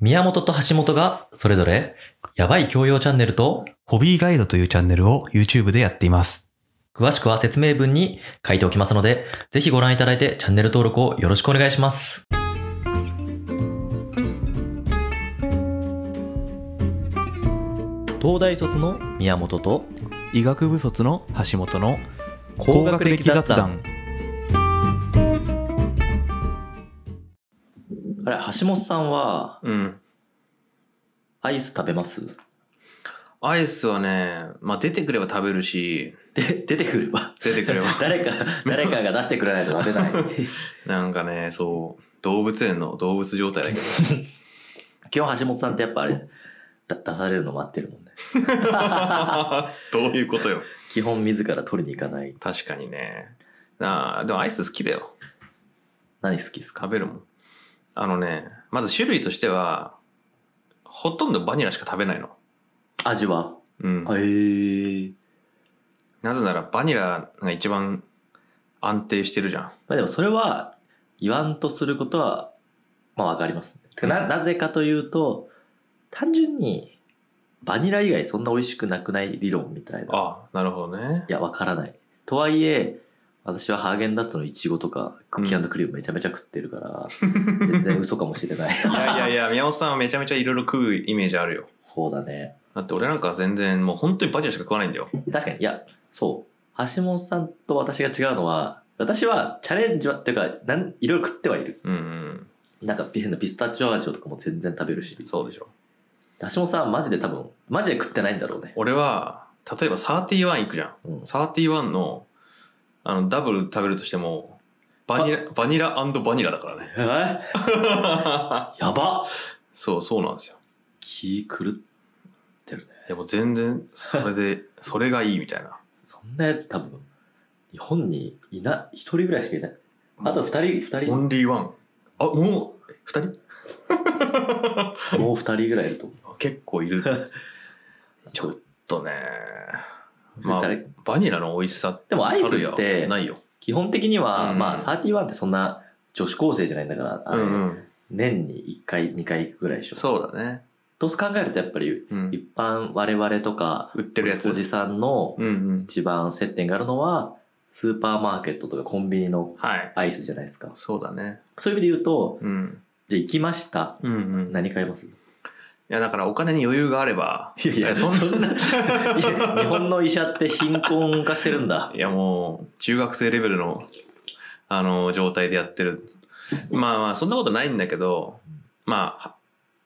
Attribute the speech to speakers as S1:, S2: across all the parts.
S1: 宮本と橋本がそれぞれ、やばい教養チャンネルと、
S2: ホビーガイドというチャンネルを YouTube でやっています。
S1: 詳しくは説明文に書いておきますので、ぜひご覧いただいてチャンネル登録をよろしくお願いします。東大卒の宮本と、
S2: 医学部卒の橋本の
S1: 高学歴雑談。あれ、橋本さんは
S2: うん。
S1: アイス食べます
S2: アイスはね、まあ、出てくれば食べるし、
S1: で、出てくれば。
S2: 出てくれ ば
S1: 誰か、誰かが出してくれないと出 ない。
S2: なんかね、そう、動物園の動物状態だ けど。
S1: 基本橋本さんってやっぱあれ、だ出されるの待ってるも んね。
S2: どういうことよ。
S1: 基本自ら取りに行かない。
S2: 確かにね。ああ、でもアイス好きだよ。
S1: 何好きですか
S2: 食べるもん。あのね、まず種類としては、ほとんどバニラしか食べないの。
S1: 味は
S2: うん。
S1: えー。
S2: なぜならバニラが一番安定してるじゃん。
S1: まあでもそれは言わんとすることはまあわかります、ねてかな。なぜかというと単純にバニラ以外そんな美味しくなくない理論みたいな。
S2: ああ、なるほどね
S1: い。やわからない。とはいえ私はハーゲンダッツのイチゴとかクッキークリームめちゃめちゃ食ってる から、全然嘘かもしれない。
S2: いやいやいや、宮本さんはめちゃめちゃいろいろ食うイメージあるよ。
S1: そうだね。
S2: だって俺なんか全然もう本当にバニラしか食わないんだよ。
S1: 確かにいやそう橋本さんと私が違うのは私はチャレンジはっていうかなんいろいろ食ってはいる。
S2: うん
S1: なんか変なピスタチオ味とかも全然食べるし
S2: うん。。そうでしょ。
S1: 橋本さんはマジで多分マジで食ってないんだろうね、
S2: 俺は、例えば31行くじゃん。
S1: うん、
S2: 31の、あの、ダブル食べるとしても、バニラ、バニラバニラだからね。
S1: えやば
S2: そう、そうなんですよ。
S1: 気狂ってるね
S2: いやもう全然、それで、それがいいみたいな。
S1: そんなやつ多分日本にいない一人ぐらいしかいないあと二人二
S2: オ
S1: 人
S2: ンリーワン。あ、もう、二人
S1: もう二人ぐらいいると思う
S2: あ結構い る。ちょっとね。まあ
S1: 誰、
S2: バニラの美味しさ
S1: でもアイス
S2: たるや
S1: って
S2: ないよ。
S1: 基本的には、
S2: うん
S1: まあ31ってそんな女子高生じゃないんだから、あ
S2: う
S1: れ
S2: んうん。
S1: 年に1回2回行くぐらいでしょ
S2: そうだね。
S1: と考えるとやっぱり
S2: うん。
S1: 一般我々とか
S2: 売ってるやつ。
S1: おじさんの
S2: うんうん。
S1: 一番接点があるのはスーパーマーケットとかコンビニの
S2: はい。
S1: アイスじゃないですか
S2: そうだね。
S1: そういう意味で言うと、
S2: うん。
S1: じゃあ行きました。
S2: うんうん。い
S1: 何買います
S2: や、だからお金に余裕があれば。
S1: いやいや、そ
S2: そん
S1: ん
S2: な
S1: な。いや 日本の医者って貧困化してるんだ。
S2: いや、もう、中学生レベルの、あの、状態でやってる。まあまあ、そんなことないんだけど、まあ、は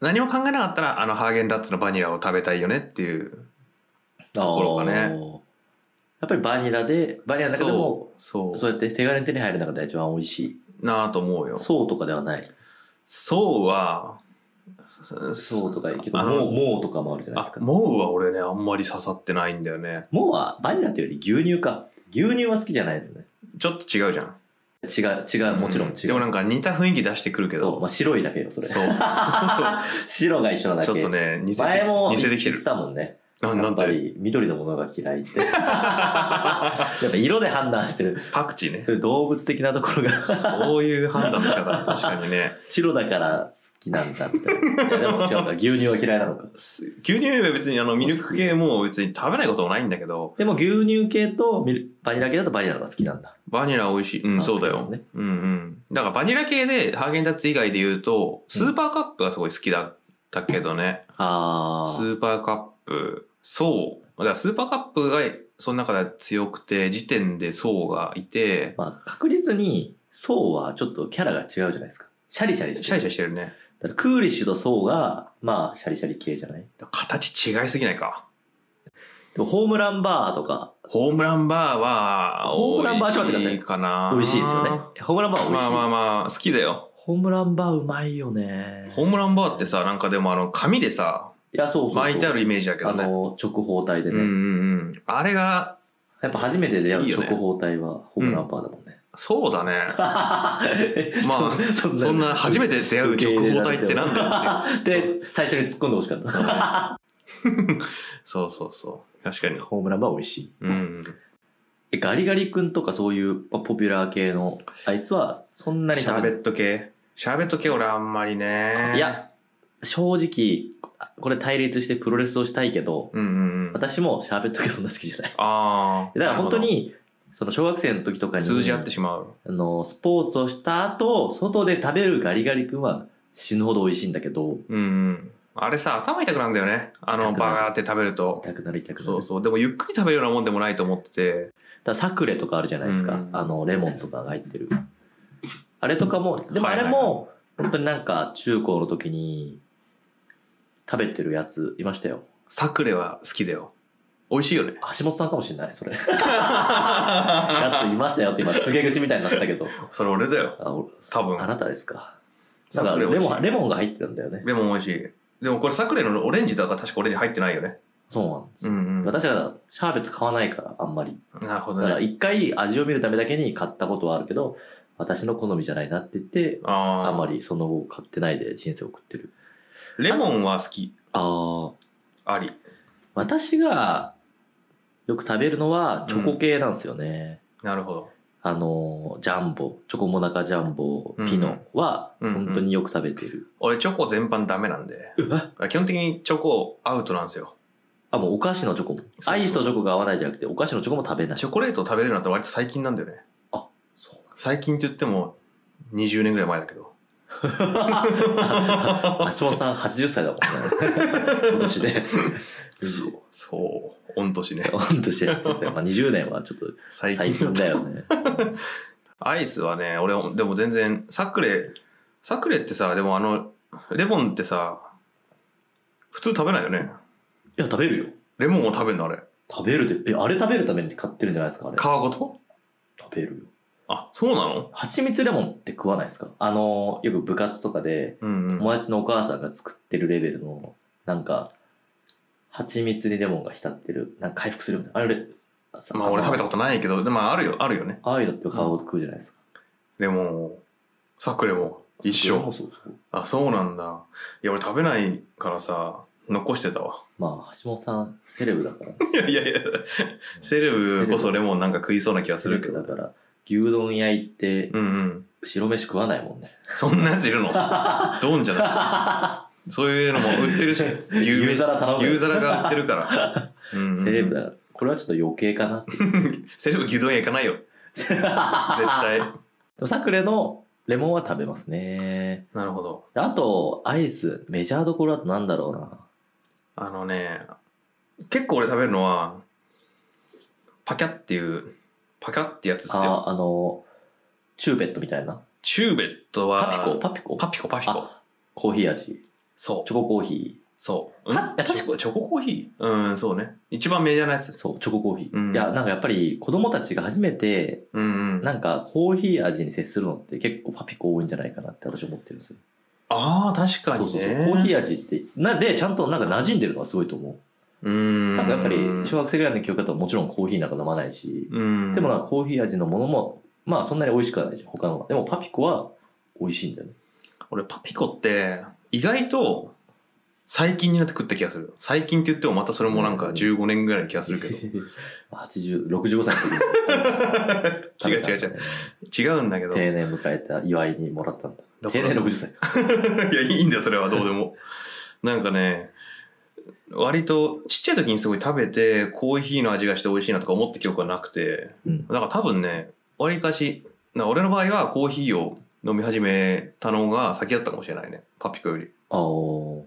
S2: 何も考えなかったら、あの、ハーゲンダッツのバニラを食べたいよねっていう。
S1: と
S2: ころかね
S1: やっぱりバニラで、バニラの中でも、
S2: そう、そ
S1: そうやって手軽に手に入る中で一番美味しい。
S2: う、なあと思うよ。
S1: そうとかではない。
S2: そうは、
S1: そうとかいいけど、
S2: あ
S1: も
S2: の
S1: う、もうとかもあるじゃないで
S2: あ
S1: す、か。
S2: もうは俺ね、あんまり刺さってないんだよね。
S1: もうは、バニラというより牛乳か。牛乳は好きじゃないですね。
S2: ちょっと違うじゃん。
S1: 違う、違う、もちろん違う。
S2: でもなんか似た雰囲気出してくるけ
S1: そう、
S2: ど、
S1: まあ、白いだけよ、それ。
S2: そうそうそう
S1: 白が 一緒なだけ。
S2: ちょっとね、似せて
S1: 前も
S2: 似せてきて
S1: 言っ
S2: る
S1: て。たもんね。
S2: な
S1: や
S2: な
S1: っ
S2: ん
S1: ぱ
S2: て、
S1: り緑のものが嫌い って。やっぱ色で判断してる。
S2: パクチーね。
S1: そういう動物的なところが
S2: そういう判断の仕方、確かにね。
S1: 白だから好きなんだみたいな。いやでも違うか、牛乳は嫌いなのか。
S2: す牛乳は別にあのミルク系も別に食べないこともないんだけど、
S1: でも牛乳系とミルバニラ系だとバニラの方が好きなんだ。
S2: バニラ美味しい。うん、
S1: あ
S2: そうだよ。
S1: そう
S2: う
S1: ですね
S2: んうん。だからバニラ系でハーゲンダッツ以外で言うと、スーパーカップがすごい好きだったけどね。
S1: あ
S2: ス
S1: ー
S2: ーパーカップ、そう。だからスーパーカップがその中で強くて、時点で層がいて、
S1: まあ確実に層はちょっとキャラが違うじゃないですか。シャリシャリしてる。
S2: シャリシャリしてるね。
S1: だからクーリッシュと層が、まあシャリシャリ系じゃない。
S2: 形違いすぎないか。
S1: でもホームランバーとか
S2: ホームランバーは、
S1: ホームランバーちょっと
S2: 美
S1: 待って
S2: 味し
S1: ください
S2: いかな。
S1: 美味しいですよね。ホームランバーは美味しい。
S2: まあまあまあ、好きだよ。
S1: ホームランバーうまいよね。
S2: ホームランバーってさ、なんかでもあの、紙でさ、
S1: いや、そうそうそう。
S2: 巻いてあるイメージだけ
S1: あ
S2: どね。
S1: の、直方体で
S2: うん
S1: ね。
S2: うんうん。あれが、
S1: やっぱ初めて出会
S2: いいうよね
S1: 直方体はホームランバーだもんね。
S2: そう だね。
S1: ま
S2: まあそんな初めて出会う直方体ってなんだ
S1: よ で、最初に突っ込んでほしかった。
S2: そうそうそう。確かに。
S1: ホームランバー美味しい。
S2: うんうん。
S1: えガリガリ君とかそういうまあポピュラー系のあいつはそんなに
S2: シ
S1: 食
S2: ャー
S1: べ
S2: ベ
S1: ない。
S2: ット系。シャーベット系俺あんまりね。
S1: いや、正直、これ対立してプロレスをしたいけど、
S2: うんうんうん。
S1: 私もシャーベット系そんな好きじゃない。
S2: ああ。
S1: だから本当
S2: なる
S1: に、その小学生の時とか
S2: ほど
S1: に、
S2: 数字合ってしまう。
S1: あの、スポーツをした後、外で食べるガリガリ君は死ぬほど美味しいんだけど、
S2: うんうん。あれさ、頭痛くなるんだよね。あの、
S1: 痛くなる
S2: バーって食べると。
S1: 痛くなる痛くなる。
S2: そうそう。でもゆっくり食べるようなもんでもないと思ってて。
S1: だからサクレとかあるじゃないですか、
S2: うん
S1: あのレモンとかが入ってるあれとかもでも
S2: は
S1: あ
S2: いはい
S1: れ
S2: はい
S1: も本当になんか中高の時に食べてるやついましたよ
S2: サクレは好きだよ。美味しいよね。
S1: 橋本さんかもしれないそれ やついましたよって今告げ口みたいになったけど
S2: それ俺だよ。
S1: あお
S2: 多分
S1: あ。なたですか
S2: サ
S1: なんか
S2: クレ美
S1: レ
S2: 味し
S1: モンレ
S2: い。
S1: モンが入ってたんだよね
S2: レモン美味しい。でもこれサクレのオレンジだから確かオレンジ入ってないよね。
S1: そうなんです、
S2: うんうん。
S1: 私はシャーベット買わないからあんまり
S2: なるほ
S1: だ
S2: ど
S1: から
S2: ね。
S1: 一回味を見るためだけに買ったことはあるけど私の好みじゃないなって言って
S2: あ
S1: あんま
S2: り。
S1: りその後買ってないで人生を送ってる
S2: レモンは好き。
S1: ああ
S2: あり。
S1: 私がよく食べるのはチョコ系なんですよね、
S2: なるほど。
S1: あのジャンボチョコモナカジャンボ
S2: うん
S1: ピノは
S2: うんうん
S1: 本当によく食べてる、
S2: 俺チョコ全般ダメなんで。基本的にチョコアウトなんですよ。
S1: あもうお菓子のチョコも
S2: うそう
S1: アイスとチョコが合わないじゃなくてお菓子のチョコも食べない
S2: チョコレートを食べれるのって割と最近なんだよね。
S1: そう
S2: 最近って言っても20年ぐらい前だけど。
S1: なんだ橋本さん80歳だもんね 今年で
S2: そう、そう、御年ね。
S1: 本当して80歳まあ20年はちょっと
S2: 最
S1: 最近
S2: 近だ
S1: だ
S2: と。
S1: よ ね
S2: アイスはね、俺、でも全然、サクレ、サクレってさ、でもあの、レモンってさ、普通食べないよね。
S1: いや食べるよ
S2: レモンを食べるのあれ。
S1: 食べるでえあれ食べるために買ってるんじゃないですかあれ
S2: 皮ごと
S1: 食べるよ
S2: あ、そうなの
S1: 蜂蜜レモンって食わないですかあのよく部活とかで
S2: うんうん。
S1: 友達のお母さんが作ってるレベルのなんか蜂蜜にレモンが浸ってるなんか回復するみたいなあれさ
S2: まあ俺食べたことないけど、でもまああるよ、あるよね。
S1: ああいうのって皮ごと食うじゃないですか
S2: レモンを。サクレも一
S1: それも
S2: 緒。
S1: そうそう
S2: あ、そうなんだ。いや、俺食べないからさ、残してたわ。
S1: まあ橋本さんセレブだから
S2: いやいやいや、セレブこそレモンなんか食いそうな気がす
S1: セ
S2: る
S1: レ
S2: け
S1: ブ
S2: ど。
S1: だ
S2: う
S1: から牛丼焼いて
S2: んうん。
S1: 白飯食わないもんね
S2: そんなやついるの ドンじゃない。そういう のも売ってるし、
S1: 牛皿頼む
S2: 牛皿が売ってる から。うんうん
S1: セレブだからこれはちょっと余計かなって
S2: セレブ牛丼屋行かない よ。
S1: 絶
S2: 絶対。
S1: サクレのレモンは食べますね
S2: なるほど。
S1: あと、アイス、メジャーどころだとなんだろうな。
S2: あのね、結構俺食べるのは、パキャっていう、パキャってやつですよ。
S1: あ、あの、チューベットみたいな。
S2: チューベットは、
S1: パピコ、パピコ。
S2: パピコ、パピコ。
S1: あコーヒー味。
S2: そう
S1: チョ。ココーヒ
S2: そう。うん
S1: あいや確かに
S2: チョココーヒーうん、そうね。一番メジャーなや
S1: ー。
S2: つ。
S1: そう、チョココーヒー。
S2: うん
S1: いや、なんかやっぱり子供たちが初めて、
S2: うんうん。
S1: なんかコーヒー味に接するのって結構パピコ多いんじゃないかなって私思ってるんですよ。
S2: ああ、確か
S1: そう
S2: に
S1: そう
S2: ね。
S1: そう。コーヒー味って、なんで、ちゃんとなんか馴染んでるのはすごいと思
S2: う
S1: う。
S2: ん。
S1: なんかやっぱり小学生ぐらいの記憶だともちろんコーヒーなんか飲まないし、
S2: うん。
S1: でもなんかコーヒー味のものも、まあそんなに美味しくはないし、他のは。でもパピコは美味しいんだよね。
S2: 俺、パピコって、意外と、最近になって食った気がする。最近って言ってもまたそれもなんか15年ぐらいの気がするけ ど。
S1: 80、65歳の時に
S2: 違う違う違う。違うんだけど。い
S1: 定年迎えた祝いにもらったんだ。
S2: だか
S1: 定
S2: ら
S1: 年60歳か。
S2: や、 いいんだよ、それはどうでも。なんかね、割とちっちゃい時にすごい食べて、コーヒーの味がして美味しいなとか思った記憶がなくて、
S1: うん。
S2: だから多分ね、わりかし、な俺の場合はコーヒーを飲み始めたのが先だったかもしれないね。パピコより。
S1: あー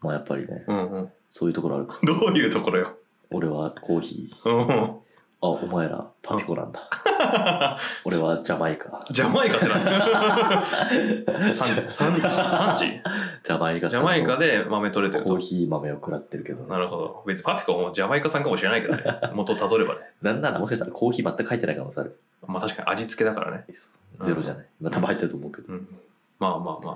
S1: まあやっぱりね、
S2: うんうん。
S1: そういうところあるか。
S2: どういうところよ。
S1: 俺はコーヒー。
S2: うん。
S1: あ、お前らパピコなんだ。俺はジャマイカ。
S2: ジャマイカってなん
S1: ジャ
S2: だ産地産地産地
S1: マイカ
S2: ジャマイカで豆取れてる
S1: コー
S2: と。
S1: ヒー豆を食らってるけど、
S2: なるほど。別にパピコもジャマイカさんかもしれないけどね。元をたどればね。
S1: なんならもしかしたらコーヒー全く入ってない可能性ある。
S2: まあ確かに味付けだからね。
S1: ゼロじゃない。まあ多分入ってると思うけど
S2: うん。まあまあま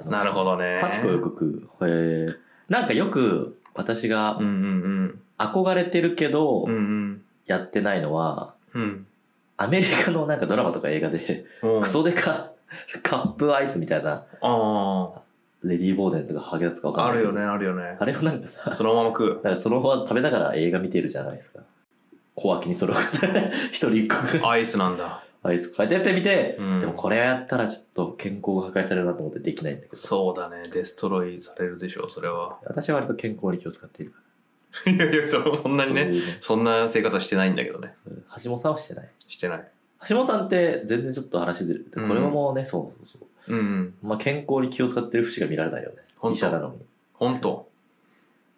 S1: あ
S2: あ。
S1: の。
S2: なるほどね。
S1: パピコよく食う。へえ。なんかよく私が
S2: うんうん
S1: 憧れてるけど
S2: うん。うんうん。
S1: やってないのは、
S2: うん。
S1: アメリカのなんかドラマとか映画で、
S2: うん
S1: クソデカ カップアイスみたいな、
S2: あ
S1: レディー・ボーデンとかハゲやつかわか
S2: あ。
S1: ん
S2: あ
S1: ない
S2: る
S1: けど。
S2: よね、あるよね
S1: あ。れをなんかさ、
S2: そのまま食う。
S1: なんかそのまま食べながら映画見てるじゃないですか。小脇にそれを 一人一個ぐらい
S2: アイスなんだ。
S1: アイス変えてやってみて、
S2: うん
S1: でもこれやったらちょっと健康が破壊されるなと思ってできないんだけど、
S2: そうだね。デストロイされるでしょう、それは。
S1: 私は割と健康に気を使っているか
S2: いやいや、そそんな
S1: ら。
S2: に
S1: そう
S2: ね。
S1: いうね
S2: そんな生活はしてないんだけどね。
S1: 橋本さんはしてない。
S2: してない。
S1: 橋本さんって全然ちょっと話ずれる。こ
S2: うん
S1: れはもうね、そうそうそう。
S2: うんうん。
S1: まあ、健康に気を使ってる節が見られないよね。
S2: 本
S1: 医者な
S2: 当
S1: のに。
S2: 本当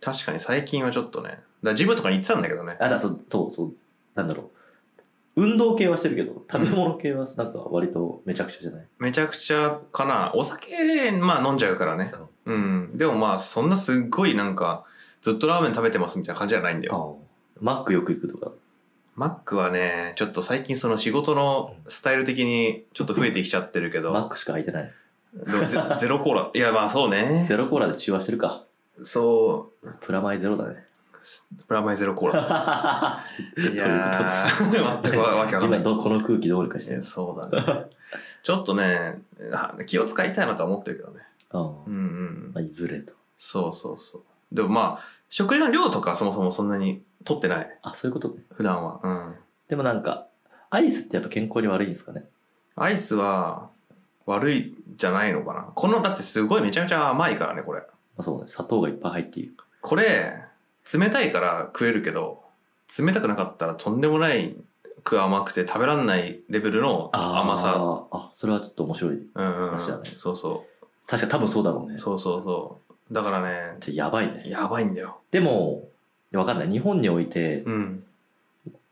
S2: 確かに最近はちょっとね。だからジムとかに行ってたんだけどね。
S1: あ、だ、そう、そう、そう、なんだろう。運動系はしてるけど、食べ物系はなんか割とめちゃくちゃじゃない。
S2: めちゃくちゃかな。お酒、まあ飲んじゃうからね。うん。でもまあ、そんなすっごいなんか、ずっとラーメン食べてますみたいな感じじゃないんだよ。
S1: マックよく行くとか。
S2: マックはね、ちょっと最近その仕事のスタイル的にちょっと増えてきちゃってるけ
S1: マッ
S2: ど、
S1: クしか入ってない。
S2: でも ゼゼロコーラ。いやまあそうね
S1: ゼ。ロコーラで中和してるか。
S2: そ
S1: プラマイゼロだね。
S2: う、スプラマイゼロコーラ。 い
S1: い
S2: やー、全くわわけわかん
S1: 今
S2: ない。
S1: ど、この空気どうにかして
S2: え
S1: る。
S2: そうだね。ちょっとね、は気を使いたいなとは思ってるけどね。
S1: うん
S2: うんうんうん
S1: ま。あ、いずれと。
S2: そうそうそう。でもまあ、食事の量とかはそもそもそんなに取ってない。
S1: あ、そういうことね。
S2: 普段は。うん。
S1: でもなんか、アイスってやっぱ健康に悪いんですかね。
S2: アイスは悪いじゃないのかな。この、だってすごいめちゃめちゃ甘いからね、これ。
S1: まあ、そうね。砂糖がいっぱい入っている。
S2: これ、冷たいから食えるけど、冷たくなかったらとんでもないく甘くて食べらんないレベルの甘さ。
S1: あーあ、それはちょっと面白い。
S2: うんうん、うん。
S1: 確かに
S2: そうそ
S1: 確か多分そうだろう
S2: う。
S1: ね。
S2: そうそうそう。だからね、
S1: じゃあやばいね。
S2: やばいんだよ。
S1: でも、わかんない。日本において、
S2: うん。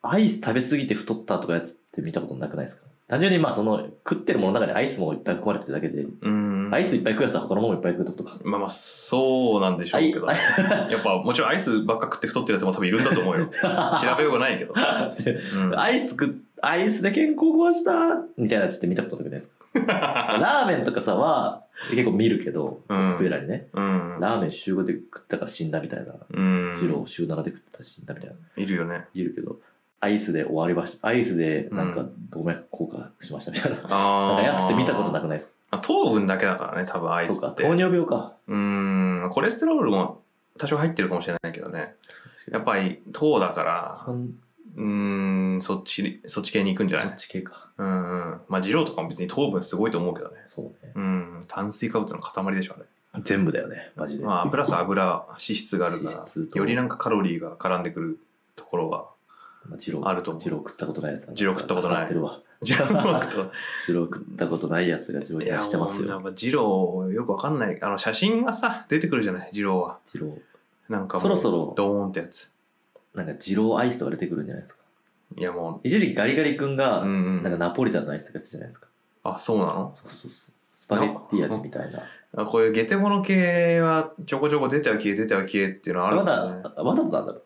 S1: アイス食べ過ぎて太ったとかやつって見たことなくないですか単純にまあその食ってるものの中にアイスもいっぱい含まれてるだけで、
S2: うん。
S1: アイスいっぱい食うやつは他のものもいっぱい食うってことか。
S2: まあまあ、そうなんでしょ
S1: ア
S2: う
S1: イ
S2: け ど。やっぱもちろんアイスばっか食って太ってるやつも多分いるんだ と思うよ。調べようがないけど。うん、
S1: アイス食っアイスで健康壊したみたいなやつって見たことなくないですかラーメンとかさは結構見るけど、
S2: うん
S1: 僕らにね、
S2: うん。
S1: ラーメン週5で食ったから死んだみたいな、
S2: うん。
S1: 二郎週7で食ったら死んだみたいな、
S2: いるよね。
S1: 言うけど、アイスで終わりました。アイスでなんか動脈硬化しましたみたいな。なん
S2: あ
S1: か
S2: あ。
S1: やつって見たことなくないですか
S2: あ糖分だけだからね、多分アイ
S1: そう
S2: ス
S1: か、
S2: って。
S1: 糖尿病か。
S2: うん。コレステロールも多少入ってるかもしれないけどね。やっぱり糖だから、うん、そっち、そっち系に行くんじゃ
S1: そ
S2: な
S1: っ
S2: い
S1: ち系か。
S2: うんうん。まあ、二郎とかも別に糖分すごいと思うけどね。
S1: そうね。
S2: うん。炭水化物の塊でしょ、あれ。
S1: 全部だよね、マジで。
S2: まあ、プラス油、脂質があるから
S1: 脂質、と
S2: よりなんかカロリーが絡んでくるところが。
S1: まあ、ジロー
S2: あると思う
S1: ジロー食ったことないやつ。
S2: ジロー食ったことない
S1: 語ってるわ。
S2: ジローと
S1: ジロー食ったことないやつがジロー
S2: い
S1: に
S2: や、
S1: はしてま
S2: も
S1: す
S2: うな
S1: よ。
S2: んか、ジロー、よくわかんない。あの、写真がさ、出てくるじゃない、ジローは。
S1: ジロー。
S2: なんかも、
S1: そうろそろ、
S2: ドーンってやつ。
S1: なんかジローアイスとか出てくるんじゃないですか。
S2: いや、も
S1: 一時期ガリガリ君
S2: う、う
S1: が、
S2: んう
S1: なんか
S2: ん。
S1: ナポリタンのアイスとかやってたじゃないですか。
S2: あ、そうなの
S1: そうそうそう。スパゲッティ味みたいな。
S2: あこういうゲテモノ系は、ちょこちょこ出ては消え、出ては消えっていうのはある
S1: わ
S2: んだね。
S1: ざ、わざとなんだろう。
S2: うん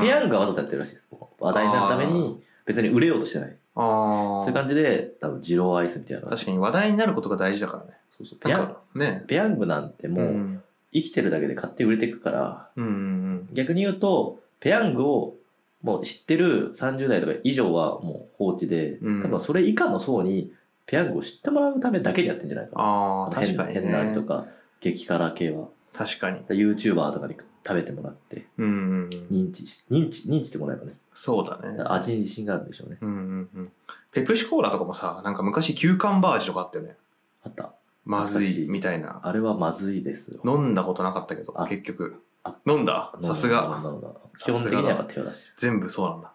S1: ペヤングはわざとやってるらしいです。話題になるために、別に売れようとしてない。
S2: あ
S1: そういう
S2: あ。
S1: 感じで、多分ジローアイスみたいなのが。
S2: 確かに話題になることが大事だからね。
S1: そうそう。ペ
S2: な
S1: ヤ
S2: ん
S1: ング
S2: か、ね。
S1: ペヤングなんても
S2: う
S1: う、
S2: ん
S1: 生きてるだけで買って売れていくから、
S2: うんうん
S1: 逆に言うと、ペヤングをもう知ってる30代とか以上はもう放置で、
S2: うん
S1: 多分それ以下の層にペヤングを知ってもらうためだけにやってんじゃないかな。
S2: ああ、確
S1: 変な
S2: かに
S1: 変な味
S2: ね
S1: と。か、激辛系は。
S2: 確かに。
S1: YouTuber とかに食べてもらって、
S2: うんうんうん。
S1: 認知し、認知、認知してもらえばね。
S2: そうだね。
S1: 味に自信があるんでしょうね。
S2: うんうんうん。ペプシコーラとかもさ、なんか昔休館バージとかあったよね。
S1: あった。
S2: まずいみたいな。
S1: あれはまずいですよ。
S2: 飲んだことなかったけど
S1: あ、
S2: 結局
S1: あ。
S2: 飲んだ
S1: 飲んだ
S2: さす
S1: 飲んだ
S2: が。
S1: 飲んだ基
S2: さすがだ
S1: 本的にはやっぱ手を出してる。
S2: 全部そうなんだ。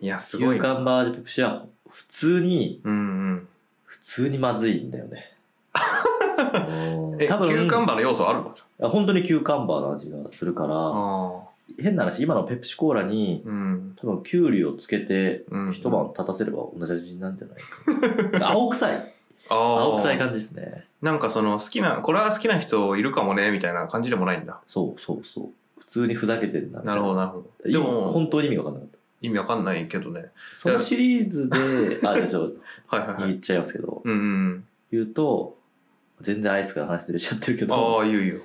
S2: いや、す
S1: す
S2: ご
S1: ご
S2: い
S1: い。
S2: な。
S1: カンバージペプシは普通に
S2: うんうん。
S1: 普通にまずいんだよね。うん
S2: え、
S1: 多分
S2: 休館バーの要素あるの
S1: いや本当にキューカンバーの味がするから、
S2: ああ。
S1: 変な話、今のペプシコーラに、
S2: うん。
S1: 多分キュウリをつけて、
S2: うん
S1: 一。晩立たせれば同じ味になるんじゃないか。青臭い。
S2: あ
S1: 青臭い
S2: あ。
S1: 感じですね。
S2: なんかその好きな、これは好きな人いるかもね、みたいな感じでもないんだ。
S1: そうそうそう。普通にふざけてんな。
S2: なるほど、なるほど。
S1: で
S2: で
S1: も、
S2: も、
S1: 本当に意味わかんなかった。
S2: 意味わかんないけどね。
S1: そのシリーズで、あ、じゃあちょっと
S2: はいはいはい。
S1: 言っちゃいますけど、
S2: うんうん。
S1: 言うと、全然アイスから話ずれちゃってるけ
S2: あ
S1: ど、
S2: あ、いいよいいよ。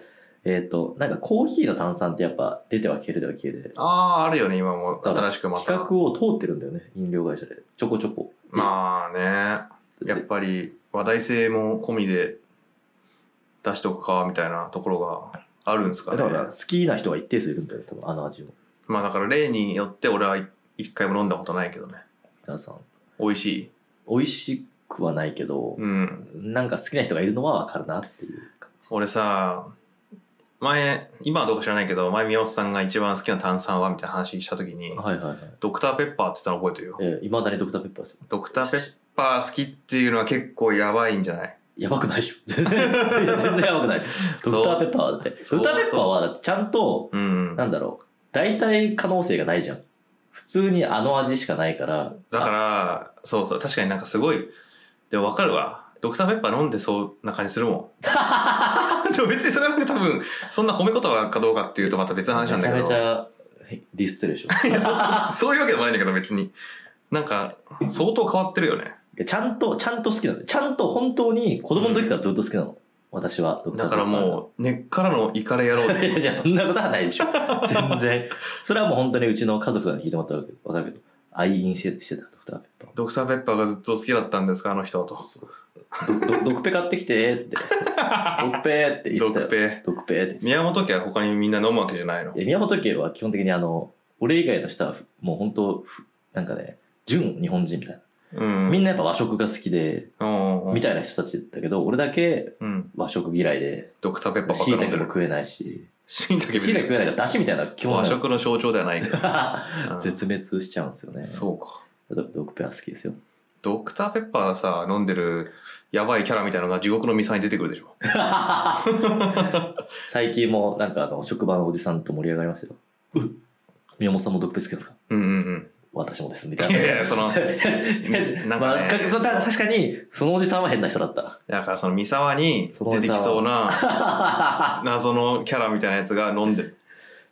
S1: えっと、なんかコーヒーの炭酸ってやっぱ出ては消えるでは消える。
S2: ああ、あるよね、今も。新しくまた。
S1: 企画を通ってるんだよね、飲料会社で。ちょこちょこ。
S2: まあね、やっぱり話題性も込みで出しとくかみたいなところがあるんですか
S1: だ
S2: ね。
S1: から好きな人は一定数いるんだよね、多分あの味を。
S2: まあだから例によって俺は一回も飲んだことないけどね。
S1: 皆さん。
S2: 美味しい。
S1: 美味しくはないけど、
S2: うん。
S1: なんか好きな人がいるのはわかるなっていう感
S2: 俺さ、前、今はどうか知らないけど、前宮本さんが一番好きな炭酸はみたいな話した時に
S1: じ。、はいはいはい。
S2: ドクターペッパーって言ったの覚えてるよ。
S1: えー、いまだにドクターペッパーですよ。
S2: ドクターペッパー好きっていうのは結構やばいんじゃない
S1: やばくないでしょ。 全然やばくない。ドクターペッパーはだって、ドクタ
S2: そう
S1: ーペッパーはちゃんと、
S2: うん。
S1: なんだろう、大体可能性がないじゃん。普通にあの味しかないから。。
S2: だからら、そうそう、確かになんかすごい、でもわかるわ。ドクターペッパー飲んでそうな感じするもん。でも別にそれはなんか多分、そんな褒め言葉かどうかっていうとまた別の話なんだけ
S1: めち
S2: ど、
S1: ゃめちゃディスってるでしょ。
S2: そういうわけでもないんだけど別に。なんか、相当変わってるよね。
S1: いやちゃんと、ちゃんと好きなの。ちゃんと本当に子供の時からずっと好きなの。私は。ドクタ
S2: だ
S1: ーペ
S2: か
S1: ッパ
S2: ら
S1: ーが
S2: もう、根っからのイカレ野郎
S1: いや
S2: で。
S1: いや、そんなことはないでしょ。全然。それはもう本当にうちの家族から聞いてもらったらわかるけど、愛飲してしてた、ドクターペッ
S2: ドクターペッパーがずっと好きだったんですか、あの人はと。
S1: パー。ドドドクペ買ってきてって。ドクペって言
S2: ド
S1: ってた
S2: ク
S1: よ。
S2: ペ。
S1: ドクペって。
S2: 宮本家は他にみんな飲むわけじゃないの
S1: い。や宮本家は基本的にあの、俺以外の人はもう本当、ふなんかね、純日本人みたい
S2: うん。
S1: な。みんなやっぱ和食が好きで、
S2: うんうん
S1: みたいな人たちだけど、俺だけ
S2: うん。
S1: 和食嫌いで、
S2: ドクターペッパーばっ
S1: 椎
S2: か飲ん
S1: 茸
S2: で
S1: も
S2: る。
S1: 食えないし、
S2: 椎茸
S1: 椎茸食えないから、だしみたいな基本
S2: 和
S1: は
S2: 食の象徴ではないけど。うん
S1: 絶滅しちゃうんです よね。
S2: そうか。
S1: ドドクペは好きですよ。
S2: ドクターペッパーさ、飲んでるやばいキャラみたいなのが地獄のミサに出てくるでしょ。
S1: 最近もなんかあの職場のおじさんと盛り上がりましたよ。うん宮本さんもドッペ好きなんですか
S2: うんうん
S1: 私もですみ
S2: う
S1: たい
S2: ん。い
S1: な。
S2: やいや、その、なん
S1: ま
S2: か
S1: あ、
S2: ね
S1: かそうた確かにそのおじさんは変な人だ った。
S2: だからそのミサワに出てきそうな謎のキャラみたいなやつが飲んでる。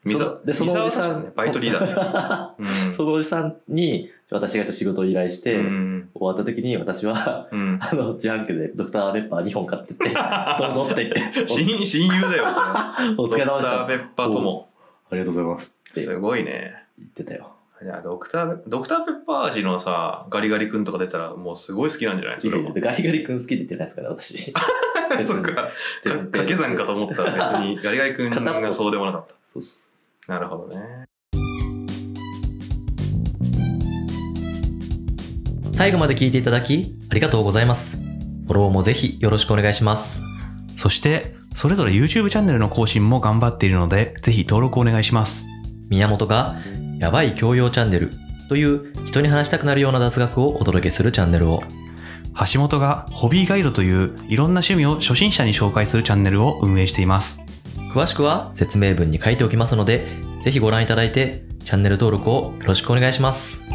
S2: ミサ
S1: そのでその
S2: ミサ
S1: お
S2: ワ
S1: じさん
S2: さん、ね、バイトリーダーでしょ。う ん
S1: そのおじさんに私がちょっと仕事を依頼して、
S2: うん
S1: 終わった時に私は
S2: うん
S1: あの自販機でドクターペッパー2本買って って、どうぞって言って、
S2: 親親友だよ、それ。
S1: おお
S2: ド
S1: 疲
S2: ク
S1: れ様で
S2: タ
S1: した。
S2: ー
S1: あ
S2: ペッパーとも。
S1: りがとうございますって
S2: すごいね。
S1: 言ってたよ。
S2: いやドクターペ、ドクターペッパー味のさ、ガリガリ君とか出たら、もうすごい好きなんじゃないそれ
S1: いや
S2: は。
S1: いやガリガリ君好きって言ってないですから、私。
S2: そっ か。か
S1: 全然
S2: 掛け算かと思ったら別に、ガリガリ君がそうでもなかっ
S1: そうそう
S2: た。なるほどね。
S3: 最後まで聞いていただきありがとうございます。フォローもぜひよろしくお願いします。
S4: そして、それぞれ YouTube チャンネルの更新も頑張っているので、ぜひ登録お願いします。
S3: 宮本がやばい教養チャンネルという人に話したくなるような雑学をお届けするチャンネルを
S4: 橋本がホビーガイドといういろんな趣味を初心者に紹介するチャンネルを運営しています。
S3: 詳しくは説明文に書いておきますのでぜひご覧いただいてチャンネル登録をよろしくお願いします。